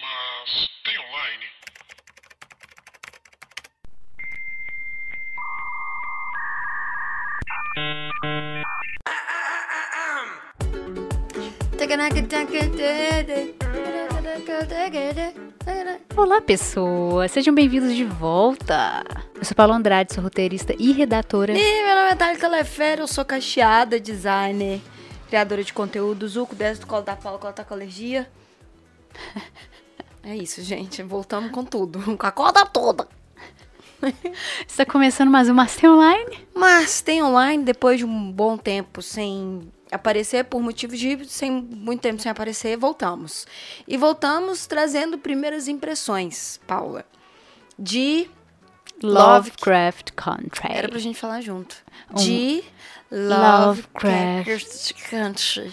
Mas tem online. Olá, pessoas! Sejam bem-vindos de volta! Eu sou Paula Andrade, sou roteirista e redatora. E meu nome é Thalita Telefero, eu sou cacheada, designer, criadora de conteúdo, Zuco, 10 do colo da Paula, colo tá com alergia. É isso, gente. Voltamos com tudo. Com a corda toda. Está começando mais um Master Online. Mas tem online, depois de um bom tempo sem aparecer, por motivos de sem muito tempo sem aparecer, voltamos. E voltamos trazendo primeiras impressões, Paula. De. Lovecraft Era pra Country. gente falar junto. Um- De. Lovecraft. Country.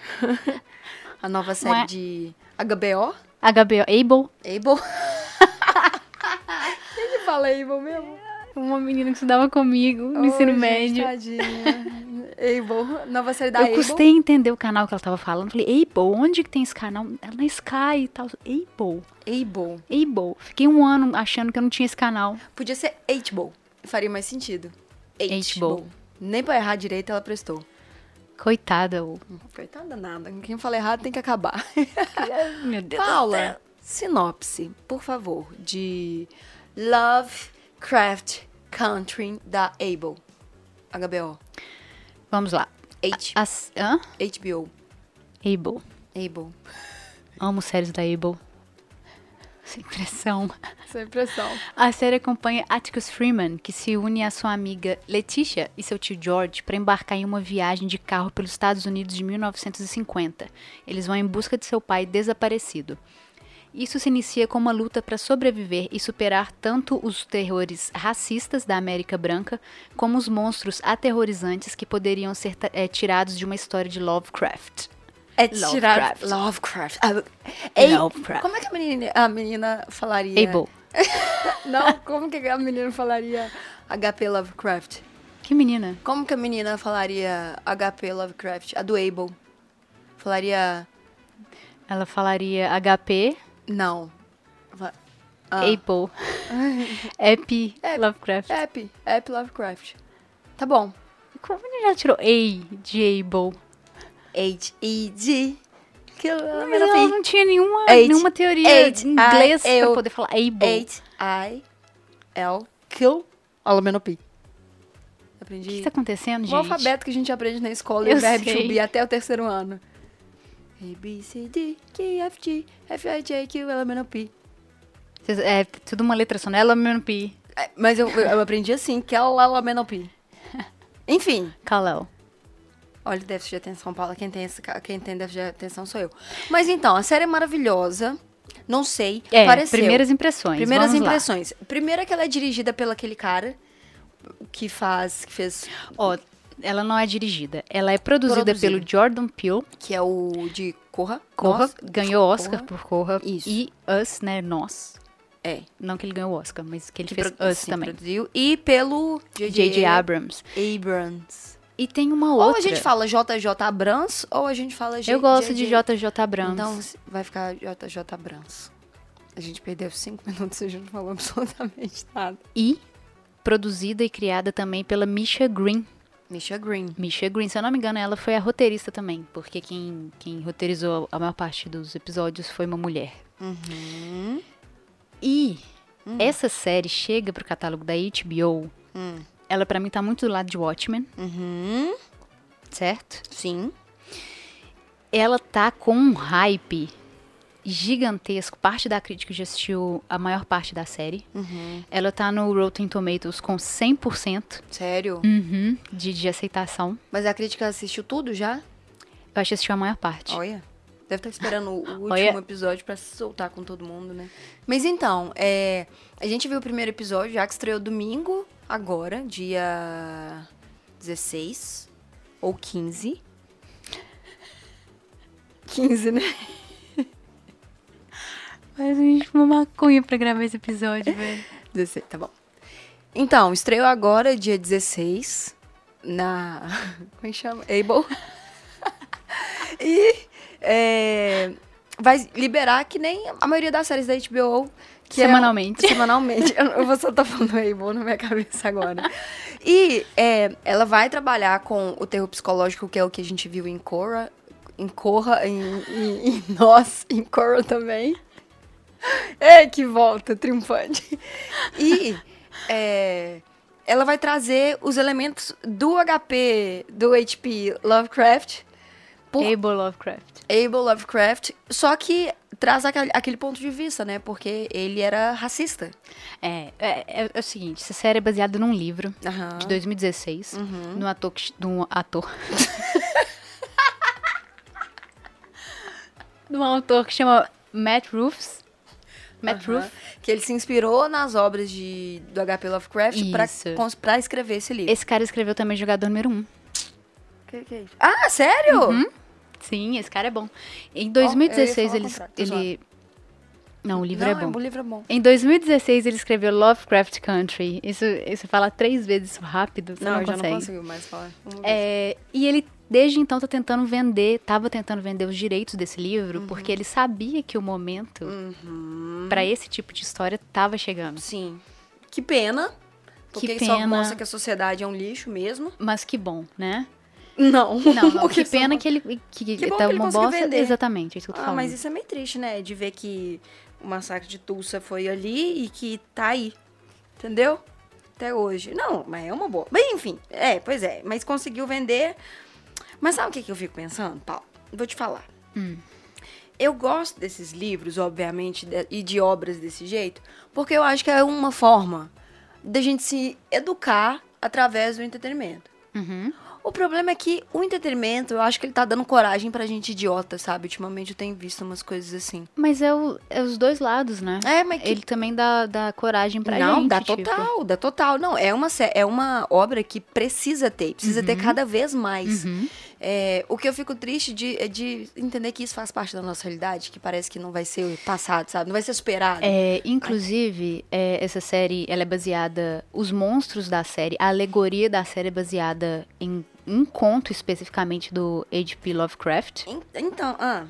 A nova série Ué. de HBO. HBO Able, Able. Quem que fala Able mesmo? uma menina que estudava comigo no Ô, ensino gente, médio. tadinha. Able. Nova série da eu Able. custei entender o canal que ela tava falando. Falei, Able, onde que tem esse canal? Ela na Sky e tal. Able, Able. Able. Fiquei um ano achando que eu não tinha esse canal. Podia ser Eightbowl. Faria mais sentido. Eightbowl. Eightbowl. Nem pra errar direito ela prestou. Coitada. ô. Coitada nada. Quem fala errado tem que acabar. Meu Deus. do céu. Paula, sinopse, por favor, de Lovecraft Country da Able. HBO. Vamos lá. H- As... Hã? HBO. Able. Able. Amo séries da Able. Sem pressão. Sem impressão. é A série acompanha Atticus Freeman, que se une à sua amiga Letitia e seu tio George para embarcar em uma viagem de carro pelos Estados Unidos de 1950. Eles vão em busca de seu pai desaparecido. Isso se inicia com uma luta para sobreviver e superar tanto os terrores racistas da América Branca, como os monstros aterrorizantes que poderiam ser ta- eh, tirados de uma história de Lovecraft. É tirar Lovecraft. Lovecraft. Ah, Ei, Lovecraft. Como é que a menina, a menina falaria? Able. Não, como que a menina falaria HP Lovecraft? Que menina. Como que a menina falaria HP Lovecraft? A do Able. Falaria. Ela falaria HP, Não. Va- Ah. Apple, Happy, É, Lovecraft. App. App Lovecraft. Tá bom. Como ele já tirou A de Able? H-E-D. Que eu Mas ela não tinha nenhuma, H- nenhuma teoria H- em inglês I- pra L- poder falar Able. H-I-L. Kill. Alamenopi. O que Aprendi. tá acontecendo, O gente? Um alfabeto que a gente aprende na escola Eu e o verbo sei. to be até o terceiro ano. A, B, C, D, K, F, G, F, I, J, Q, L, M, N, O, P. Vocês- É tudo uma letra só, né? Ela mesmo P. É, Mas eu, eu aprendi assim, que é o Lalamenopim. Enfim, Kalel. olha o déficit de atenção, Paula. Quem tem, esse, ca- quem tem déficit de atenção sou eu. Mas então, a série é maravilhosa. Não sei. É, pareceu. primeiras impressões. Primeiras vamos lá. impressões. Primeiro é que ela é dirigida pelo aquele cara que faz, que fez, Ó, ela não é dirigida. Ela é produzida Produzida. pelo Jordan Peele. que é o de Corra. Corra, Nós- ganhou Oscar Corra. por Corra. Isso. E Us, né? Nós. É. Não que ele ganhou Oscar, mas que ele Que fez pro- Us sim, também. Produziu, e pelo J.J. Abrams. Abrams. E tem uma outra. Ou a gente fala JJ Abrams, ou a gente fala Eu gosto de JJ JJ Abrams. Então vai ficar JJ Brans. A gente perdeu cinco minutos e a gente não falou absolutamente nada. E produzida e criada também pela Misha Green. Misha Green. Misha Green, se eu não me engano, ela foi a roteirista também, porque quem, quem roteirizou a maior parte dos episódios foi uma mulher. Uhum. E essa série chega pro catálogo da HBO. Ela pra mim tá muito do lado de Watchmen, Hum. Uhum. certo? Sim. Ela tá com um hype gigantesco. Parte da crítica já assistiu a maior parte da série. Ela tá no Rotten Tomatoes com 100% Sério? uhum, de, de aceitação. Mas a crítica assistiu tudo já? Eu acho que assistiu a maior parte. Olha. Deve estar esperando o o último Olha. episódio pra se soltar com todo mundo, né? Mas então, é, a gente viu o primeiro episódio, já que estreou domingo, agora, dia 16 ou 15. 15, né? Mas a gente fumou maconha pra gravar esse episódio, velho. 16, tá bom. Então, estreou agora, dia 16, na. Como é que chama? Able. e. é, vai liberar que nem a maioria das séries da HBO. Que Semanalmente. É, semanalmente. Eu, eu só tô falando Rainbow na minha cabeça agora. E é, ela vai trabalhar com o terror psicológico, que é o que a gente viu em Cora. Em Corra, em, em, em Nós, em Cora também. É, que volta, triunfante. E é, ela vai trazer os elementos do HP, do HP Lovecraft, Por- Abel Lovecraft. Abel Lovecraft, só que traz aquele, aquele ponto de vista, né? Porque ele era racista. É, é, é- é o seguinte, essa série é baseada num livro Aham. de 2016, de um ator, que- de um ator. de um autor que chama Matt Roofs. Matt Aham. Roof. Que ele se inspirou nas obras de, do HP Lovecraft pra, Isso. cons- pra escrever esse livro. Esse cara escreveu também Jogador Número 1. Que- que é isso? Ah, sério? Uhum. Sim, esse cara é bom. Em eu ia 2016 falar o ele, contrário, tô ele Não, o livro Não, é bom. O livro é bom. Em 2016 ele escreveu Lovecraft Country. Isso, isso fala três vezes isso rápido, você Não, não, eu já não consegue. consigo mais falar. Vamos ver. É, e ele desde então tá tentando vender, tava tentando vender os direitos desse livro, porque ele sabia que o momento Uhum. pra esse tipo de história tava chegando. Sim. Que pena. Porque Que só pena. mostra que a sociedade é um lixo mesmo. Mas que bom, né? Não. Não, não Porque que só- pena que é ele que, Que bom tá que ele uma conseguiu bosta. vender. Exatamente, é isso que eu tô Ah, falando. mas isso é meio triste, né? De ver que o massacre de Tulsa foi ali e que tá aí. Entendeu? Até hoje. Não, mas é uma boa. Mas enfim, é, pois é. Mas conseguiu vender. Mas sabe o que, que eu fico pensando, Paulo? Vou te falar. Hum. Eu gosto desses livros, obviamente, de- e de obras desse jeito, porque eu acho que é uma forma da gente se educar através do entretenimento. Uhum. O problema é que o entretenimento, eu acho que ele tá dando coragem pra gente idiota, sabe? Ultimamente eu tenho visto umas coisas assim. Mas é, o- é os dois lados, né? É, mas que... Ele também dá, dá coragem pra não, gente. dá tipo. total, dá total. Não, é uma, sé- é uma obra que precisa ter, precisa ter cada vez mais. Uhum. É, o que eu fico triste de, é de entender que isso faz parte da nossa realidade, que parece que não vai ser passado, sabe? Não vai ser superado. É, inclusive, é, essa série, ela é baseada... Os monstros da série, a alegoria da série é baseada em um conto especificamente do H.P. Lovecraft. En- Então, ah,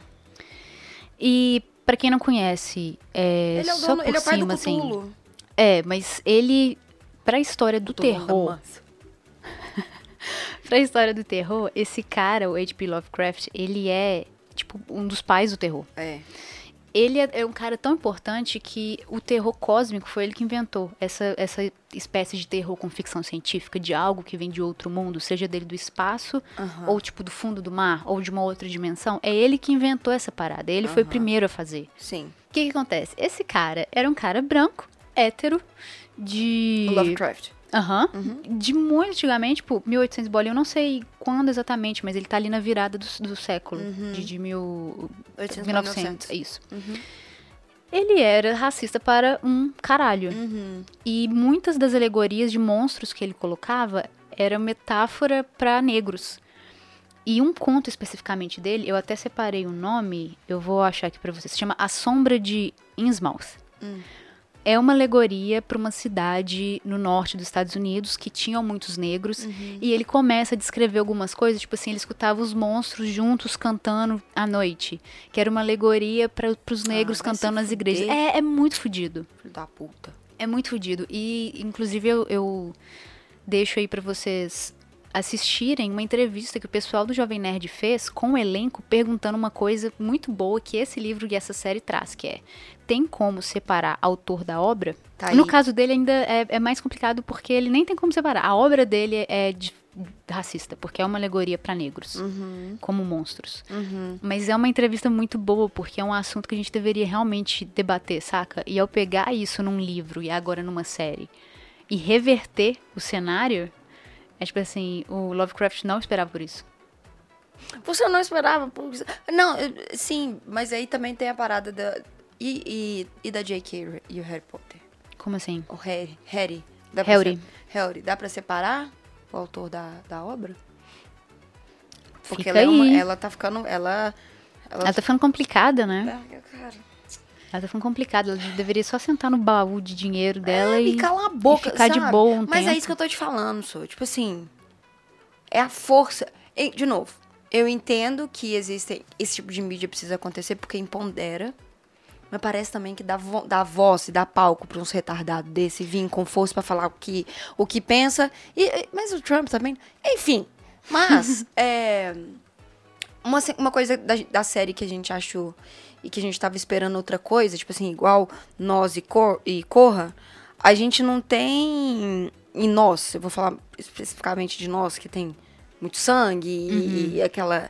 E, pra quem não conhece, é, ele é o só dono, por ele é o pai cima, do Cthulhu. assim... É, mas ele... Pra história do Cthulhu é terror, Ramassa. Pra história do terror, esse cara, o H.P. Lovecraft, ele é, tipo, um dos pais do terror. É. Ele é, é um cara tão importante que o terror cósmico foi ele que inventou. Essa, essa espécie de terror com ficção científica, de algo que vem de outro mundo, seja dele do espaço, Aham. ou tipo do fundo do mar, ou de uma outra dimensão. É ele que inventou essa parada. Ele foi o Aham. primeiro a fazer. Sim. O que, que acontece? Esse cara era um cara branco, hétero, de. O Lovecraft. Uhum. Aham. De muito antigamente, tipo, 1800 bolinha, eu não sei quando exatamente, mas ele tá ali na virada do, do século, Uhum. de, de mil, 800, 1900, 1900. isso. Ele era racista para um caralho. Uhum. E muitas das alegorias de monstros que ele colocava eram metáfora para negros. E um conto especificamente dele, eu até separei o nome, eu vou achar aqui para vocês, se chama A Sombra de Innsmouth. Hum. É uma alegoria para uma cidade no norte dos Estados Unidos que tinham muitos negros. Uhum. E ele começa a descrever algumas coisas, tipo assim, ele escutava os monstros juntos cantando à noite. Que era uma alegoria para os negros Ah, vai se cantando nas igrejas. fuder. É, é muito fudido. Filho da puta. É muito fodido. E, inclusive, eu, eu deixo aí pra vocês assistirem uma entrevista que o pessoal do Jovem Nerd fez com o elenco perguntando uma coisa muito boa que esse livro e essa série traz, que é tem como separar autor da obra? Tá No aí. caso dele ainda é, é mais complicado porque ele nem tem como separar. A obra dele é de- racista, porque é uma alegoria pra negros, Uhum. como monstros. Uhum. Mas é uma entrevista muito boa, porque é um assunto que a gente deveria realmente debater, saca? E ao pegar isso num livro e agora numa série e reverter o cenário, é tipo assim, o Lovecraft não esperava por isso. Você não esperava. por- Não, eu- sim, mas aí também tem a parada da. E, e, e da J.K. e o Harry Potter. Como assim? O Harry. Harry. Dá Harry. se- Harry. Dá pra separar o autor da, da obra? Porque Fica ela, é uma- aí. ela tá ficando. Ela. Ela. Ela tá ficando complicada, né? Ah, cara. Ela tá ficando complicada. Ela deveria só sentar no baú de dinheiro dela É, E e. cala a boca, e ficar de sabe? boa um Mas é tempo. isso que eu tô te falando, sou. Tipo assim. É a força. E, de novo, Eu entendo que existem. Esse tipo de mídia precisa acontecer porque impondera. Mas parece também que dá, vo dá voz e dá palco para uns retardados desse vir com força para falar o que, o que pensa. E, mas o Trump também. Enfim. Mas. é, uma, se- uma coisa da, da série que a gente achou e que a gente tava esperando outra coisa, tipo assim, igual nós e, Cor e Corra, a gente não tem. Em nós, eu vou falar especificamente de nós, que tem muito sangue e- Uhum. e aquela.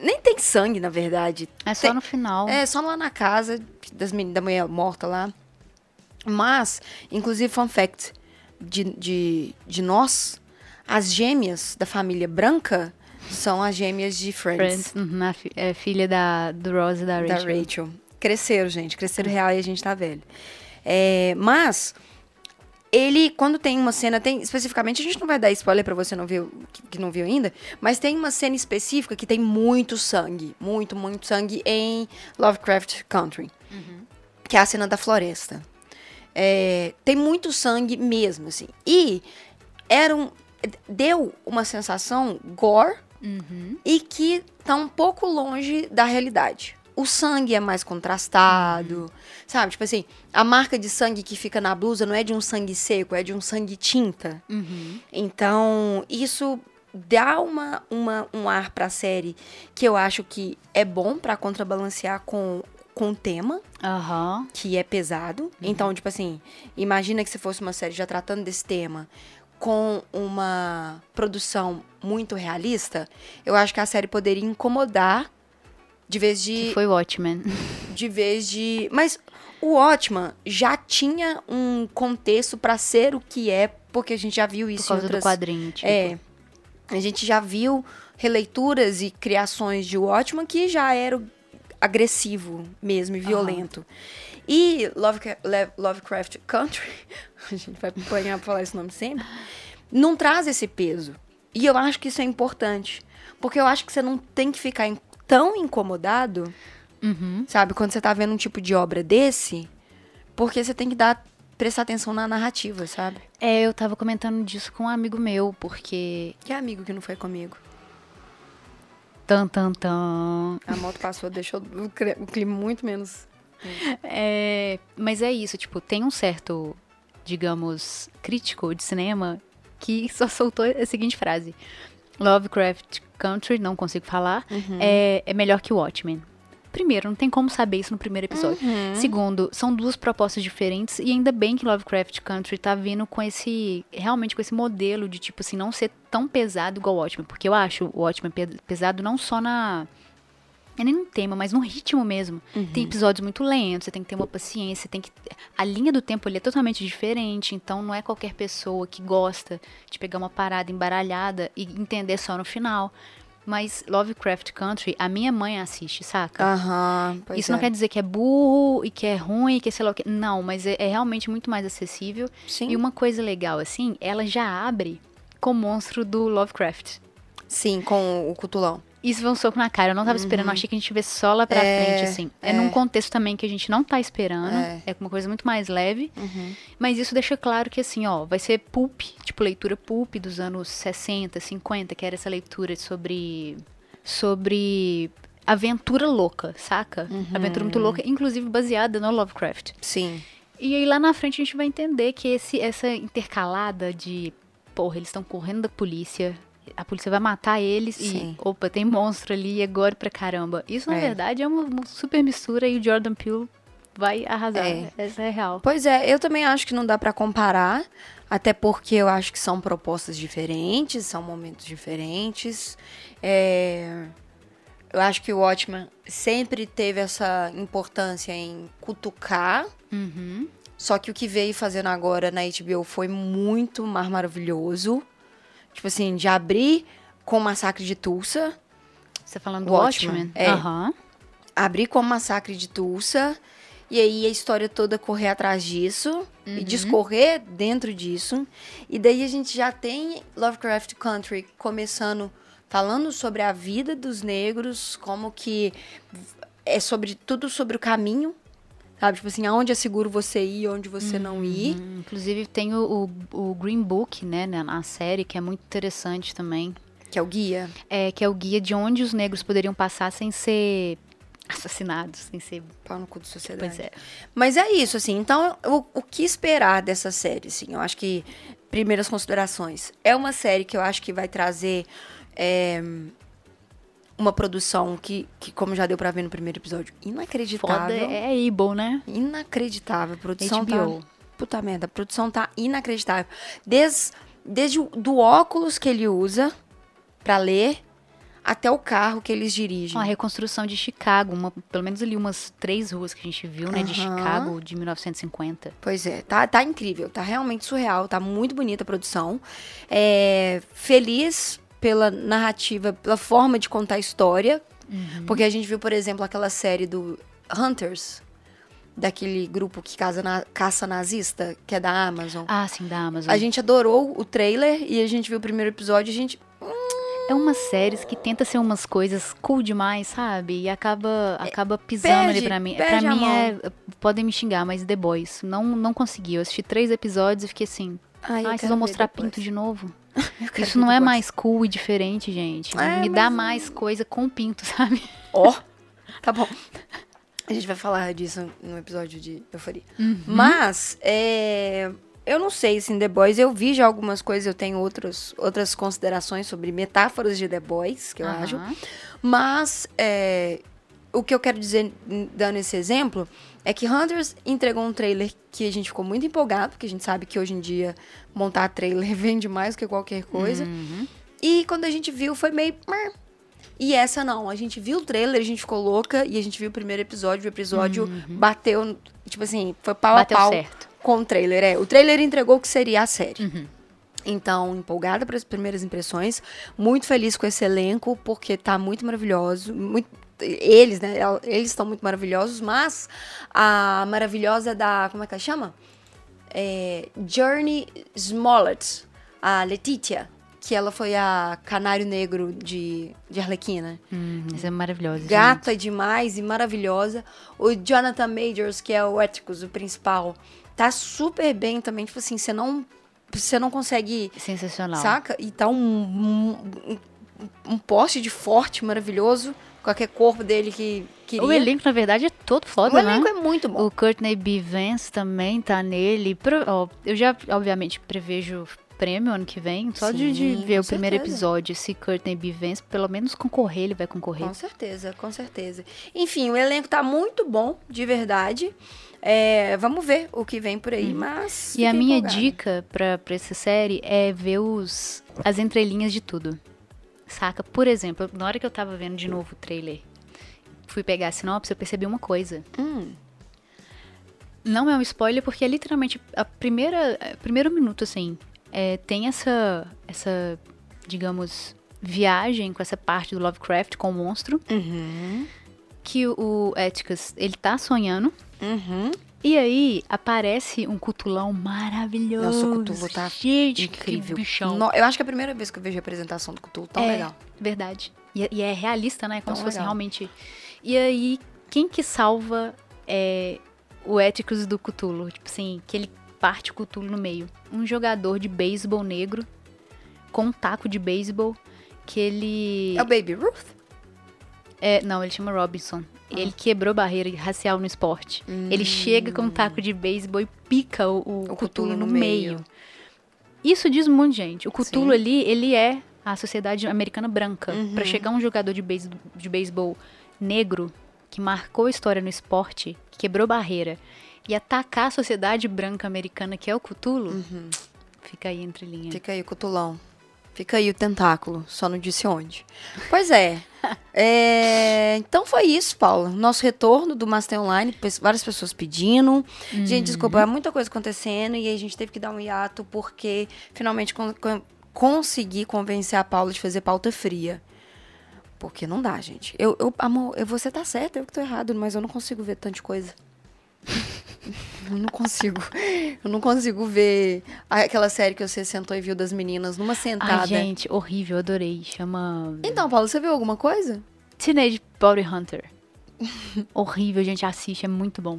Nem tem sangue, na verdade. É só Tem- no final. é, só lá na casa das meni- da mulher morta lá. Mas, inclusive, fun fact de, de, de nós, as gêmeas da família branca são as gêmeas de Friends, Friends, uhum, a fi- é filha da, do Rose e da da Rachel. Rachel. Cresceram, gente. Cresceram real e a gente tá velho. É, mas, ele, quando tem uma cena, tem especificamente, a gente não vai dar spoiler pra você não viu, que, que não viu ainda, mas tem uma cena específica que tem muito sangue, muito, muito sangue em Lovecraft Country, que é a cena da floresta. É, tem muito sangue mesmo, assim. E era um, deu uma sensação gore e que tá um pouco longe da realidade. O sangue é mais contrastado, sabe? Tipo assim, a marca de sangue que fica na blusa não é de um sangue seco, é de um sangue tinta. Uhum. Então, isso dá uma, uma- um ar pra série que eu acho que é bom pra contrabalancear com, com o tema Aham. que é pesado. Uhum. Então, tipo assim, imagina que se fosse uma série já tratando desse tema com uma produção muito realista, eu acho que a série poderia incomodar de vez Que de foi Watchmen. de vez de, mas o Watchman já tinha um contexto pra ser o que é, porque a gente já viu isso Por causa em outras do quadrinho, tipo. é. A gente já viu releituras e criações de Watchmen que já era o- agressivo mesmo e violento. E Lovecra- Le- Lovecraft Country, a gente vai apanhar pra falar esse nome sempre, não traz esse peso. E eu acho que isso é importante. Porque eu acho que você não tem que ficar in- tão incomodado, Uhum. sabe, quando você tá vendo um tipo de obra desse, porque você tem que dar prestar atenção na narrativa, sabe? É, eu tava comentando disso com um amigo meu, porque. Que amigo que não foi comigo. Tan, tan, tan. A moto passou, deixou o cre- o clima muito menos. É, mas é isso, tipo, tem um certo, digamos, crítico de cinema que só soltou a seguinte frase: Lovecraft Country, não consigo falar, é, é melhor que Watchmen. Primeiro, não tem como saber isso no primeiro episódio. Segundo, são duas propostas diferentes e ainda bem que Lovecraft Country tá vindo com esse, realmente com esse modelo de tipo assim, não ser tão pesado igual Watchmen, porque eu acho o Watchmen pe- pesado não só na é nem no tema, mas no ritmo mesmo. Tem episódios muito lentos, você tem que ter uma paciência, você tem que. A linha do tempo ali é totalmente diferente, então não é qualquer pessoa que gosta de pegar uma parada embaralhada e entender só no final. Mas Lovecraft Country, a minha mãe assiste, saca? Aham. pois Isso não é. quer dizer que é burro e que é ruim, e que sei lá o que. Não, mas é, é realmente muito mais acessível. Sim. E uma coisa legal, assim, ela já abre com o monstro do Lovecraft. Sim, com o cutulão. Isso foi um soco na cara. Eu não tava esperando. Eu achei que a gente vê só lá pra Uhum. É, frente, assim. É, num contexto também que a gente não tá esperando. É. É, uma coisa muito mais leve. Mas isso deixa claro que, assim, ó, vai ser pulp, tipo leitura pulp dos anos 60, 50, que era essa leitura sobre. sobre. Aventura louca, saca? Uhum. Aventura muito louca, inclusive baseada no Lovecraft. Sim. E aí lá na frente a gente vai entender que esse, essa intercalada de, porra, eles estão correndo da polícia, a polícia vai matar eles Sim. e, opa, tem monstro ali e agora pra caramba. Isso na É. verdade é uma, uma super mistura e o Jordan Peele vai arrasar. É. Essa é real. Pois é, eu também acho que não dá pra comparar, até porque eu acho que são propostas diferentes, são momentos diferentes. É, Eu acho que o Watchman sempre teve essa importância em cutucar Uhum. Só que o que veio fazendo agora na HBO foi muito mais maravilhoso. Tipo assim, de abrir com o Massacre de Tulsa, Você tá falando do Watchmen, Watchmen? é. Aham. abrir com o Massacre de Tulsa, e aí a história toda correr atrás disso e discorrer dentro disso. E daí a gente já tem Lovecraft Country começando falando sobre a vida dos negros, como que é sobre tudo sobre o caminho, sabe? Tipo assim, aonde é seguro você ir, onde você não ir. Hum, né, Inclusive tem o, o- o Green Book, né, na, na série, que é muito interessante também. Que Que é o guia? é, que é o guia de onde os negros poderiam passar sem ser assassinados, sem ser. Pau no cu da sociedade. Pois é. Mas é isso, assim. Então, o, o que esperar dessa série, assim? Eu acho que, primeiras considerações, é uma série que eu acho que vai trazer é, uma produção que, que, como já deu pra ver no primeiro episódio, inacreditável. Foda é Able, né? Inacreditável. A produção HBO. tá... Puta merda, a produção tá inacreditável. Des, desde o do óculos que ele usa pra ler até o carro que eles dirigem. Uma reconstrução de Chicago, uma- pelo menos ali umas três ruas que a gente viu, né? De Aham. Chicago de 1950. Pois é, tá, tá incrível, tá realmente surreal, tá muito bonita a produção. É, feliz pela narrativa, pela forma de contar a história, Uhum. porque a gente viu, por exemplo, aquela série do Hunters, daquele grupo que casa na, caça nazista, que é da Amazon. Ah, sim, da Amazon. A gente adorou o trailer e a gente viu o primeiro episódio e a gente É umas séries que tenta ser umas coisas cool demais, sabe? E acaba, acaba pisando É, perde- ali pra mim. Pra perde a mim é. Podem me xingar, mas The Boys. Não, não consegui. Eu assisti três episódios e fiquei assim. Ai, eu Ai, quero vocês vão ver mostrar depois." pinto de novo? Eu quero Isso ver não é depois. mais cool e diferente, gente. É, me dá mas- mais coisa com pinto, sabe? Ó, tá bom. A gente vai falar disso no episódio de Euforia. Mas, é, eu não sei, assim, The Boys, eu vi já algumas coisas, eu tenho outros, outras considerações sobre metáforas de The Boys, que eu Aham. acho. Mas, é, o que eu quero dizer, n- dando esse exemplo, é que Hunters entregou um trailer que a gente ficou muito empolgado, porque a gente sabe que hoje em dia montar trailer vende mais que qualquer coisa. Uhum. E quando a gente viu, foi meio. "Mer". E essa não. A gente viu o trailer, a gente ficou louca e a gente viu o primeiro episódio. O episódio bateu, tipo assim, foi pau Uhum. Bateu a pau certo. Uhum. com o trailer. É, o trailer entregou o que seria a série. Então, empolgada para as primeiras impressões, muito feliz com esse elenco, porque tá muito maravilhoso. muito- eles, né? el- Eles estão muito maravilhosos, mas a maravilhosa da. Como é que ela chama? É, Journey Smollett, a Letitia, que ela foi a canário negro de, de Arlequina. né? Hum, isso é maravilhoso. gente. Gata demais e maravilhosa. O Jonathan Majors, que é o Éticos, o principal, tá super bem também. Tipo assim, você não, você não consegue Sensacional. Saca? E tá um, um, um- um poste de forte, maravilhoso, com aquele corpo dele que queria. O elenco, na verdade, é todo foda, O né? elenco é muito bom. O Courtney B. Vance também tá nele. Pro- ó, eu já, obviamente, prevejo prêmio ano que vem. Só de, de Sim, ver com o primeiro certeza. episódio, se Courtney B. Vance pelo menos concorrer, ele vai concorrer. Com certeza, com certeza. Enfim, o elenco tá muito bom, de verdade. É, vamos ver o que vem por aí, mas. Uhum. E a fiquei minha empolgada. dica pra, pra essa série é ver os, as entrelinhas de tudo. Saca? Por exemplo, na hora que eu tava vendo de novo o trailer, fui pegar a sinopse, eu percebi uma coisa. Hum. Não é um spoiler, porque é literalmente a primeira, a primeiro minuto, assim, é, tem essa, essa, digamos, viagem com essa parte do Lovecraft com o monstro, Uhum. que o Atticus, ele tá sonhando, Uhum. e aí aparece um cutulão maravilhoso. Nossa, o Cthulhu tá Gente, que Incrível. bichão. No- eu acho que é a primeira vez que eu vejo a apresentação do Cthulhu tão é, legal. Verdade. E, e é realista, né? Tão Como se fosse legal. realmente. E aí, quem que salva é, o Éticos do Cutulo? Tipo assim, que ele parte o Cutulo no meio. Um jogador de beisebol negro com um taco de beisebol que ele. É o Baby Ruth? É, não, ele chama Robinson. Ah. Ele quebrou barreira racial no esporte. Ele chega com um taco de beisebol e pica o, o, Hum. O Cthulhu Cthulhu no no meio. meio. Isso diz muito, gente. O Cthulhu Sim. Uhum. ali, ele é a sociedade americana branca. Pra chegar um jogador de beis- de beisebol negro que marcou a história no esporte, que quebrou barreira, e atacar a sociedade branca americana, que é o Cthulhu, fica aí entre linhas. Uhum. Fica aí o cutulão. Fica aí o tentáculo, só não disse onde. Pois é. É, Então foi isso, Paula. Nosso retorno do Master Online, pe- várias pessoas pedindo. Gente, desculpa, é muita coisa acontecendo e aí a gente teve que dar um hiato porque finalmente con- con- consegui convencer a Paula de fazer pauta fria. Porque não dá, gente. Eu, eu- amor, eu- você tá certa, eu que tô errado, mas eu não consigo ver tanta coisa. Eu não consigo. Eu não consigo ver aquela série que você sentou e viu das meninas numa sentada. Ai, gente, horrível, adorei. Chama Então, Paulo, você viu alguma coisa? Teenage Body Hunter. Horrível, gente. Assiste, é muito bom.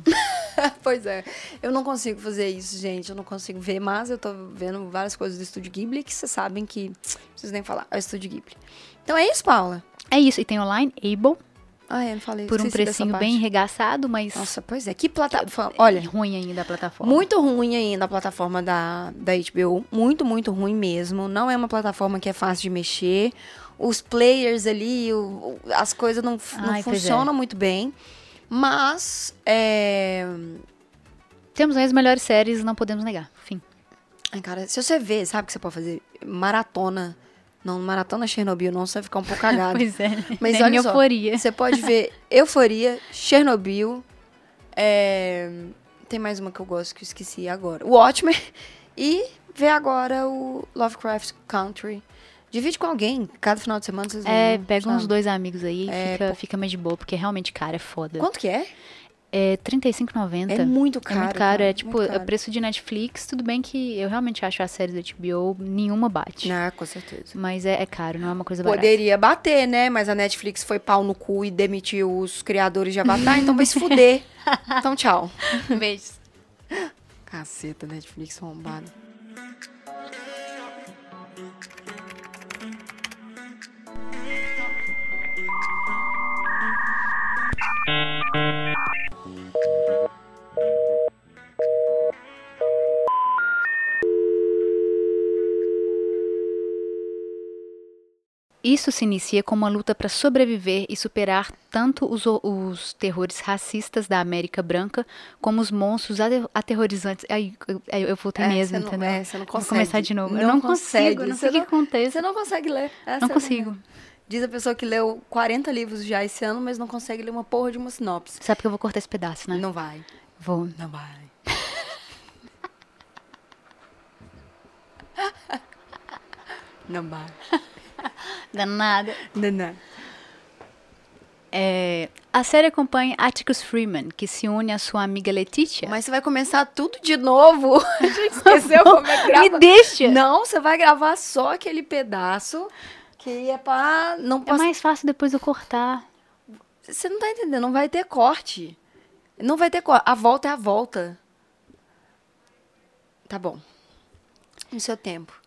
pois é. Eu não consigo fazer isso, gente. Eu não consigo ver, mas eu tô vendo várias coisas do Estúdio Ghibli que vocês sabem que. Não preciso nem falar. É o Estúdio Ghibli. Então é isso, Paula. É isso, e tem online, Able, Ah, eu não falei por um esqueci dessa precinho parte. bem arregaçado, mas Nossa, pois é. Que plataforma. Olha, ruim ainda a plataforma. Muito ruim ainda a plataforma da, da HBO. Muito, muito ruim mesmo. Não é uma plataforma que é fácil de mexer. Os players ali, o- o- as coisas não, f- não Ai, pois é. funcionam muito bem. Mas, é... Temos aí as melhores séries, não podemos negar. Fim. ai, cara, se você vê, sabe o que você pode fazer? Maratona. Não, maratona Chernobyl, não, você vai ficar um pouco cagado. Pois é. Mas nem olha minha só, euforia. Você pode ver Euforia, Chernobyl. é, Tem mais uma que eu gosto que eu esqueci agora. O Watchmen. E ver agora o Lovecraft Country. Divide com alguém. Cada final de semana vocês É, veem, pega uns sabe? dois amigos aí e fica, fica mais de boa, porque realmente, cara, é foda. É, Quanto que é? É R$35,90. É muito É caro. muito caro, cara, é tipo, muito é caro. o preço de Netflix, tudo bem que eu realmente acho a série da HBO nenhuma bate. Ah, com certeza. Mas é, é caro, não é uma coisa barata. Poderia bater, né? Mas a Netflix foi pau no cu e demitiu os criadores de Avatar, então vai se fuder. Então tchau. Beijos. Caceta, Netflix arrombada. Isso se inicia com uma luta para sobreviver e superar tanto os, o- os terrores racistas da América Branca, como os monstros ate- aterrorizantes. Aí eu- eu voltei É, mesmo, você não- entendeu? é, você não Vou consegue. começar de novo. eu Não não consegue, consigo, não você sei o que não- acontece. Você não consegue ler. Essa Não é a consigo. Diz a pessoa que leu 40 livros já esse ano, mas não consegue ler uma porra de uma sinopse. Sabe que eu vou cortar esse pedaço, né? Não vai. Vou. Não vai. Não vai. Danada. Não, não. É, a série acompanha Atticus Freeman, que se une à sua amiga Letitia. Mas você vai começar tudo de novo. A gente esqueceu como é que grava. Me deixa! Não, você vai gravar só aquele pedaço que é pra não É passar. mais fácil depois eu cortar. Você não tá entendendo, não vai ter corte. Não vai ter corte. A volta é a volta. Tá bom. No seu tempo.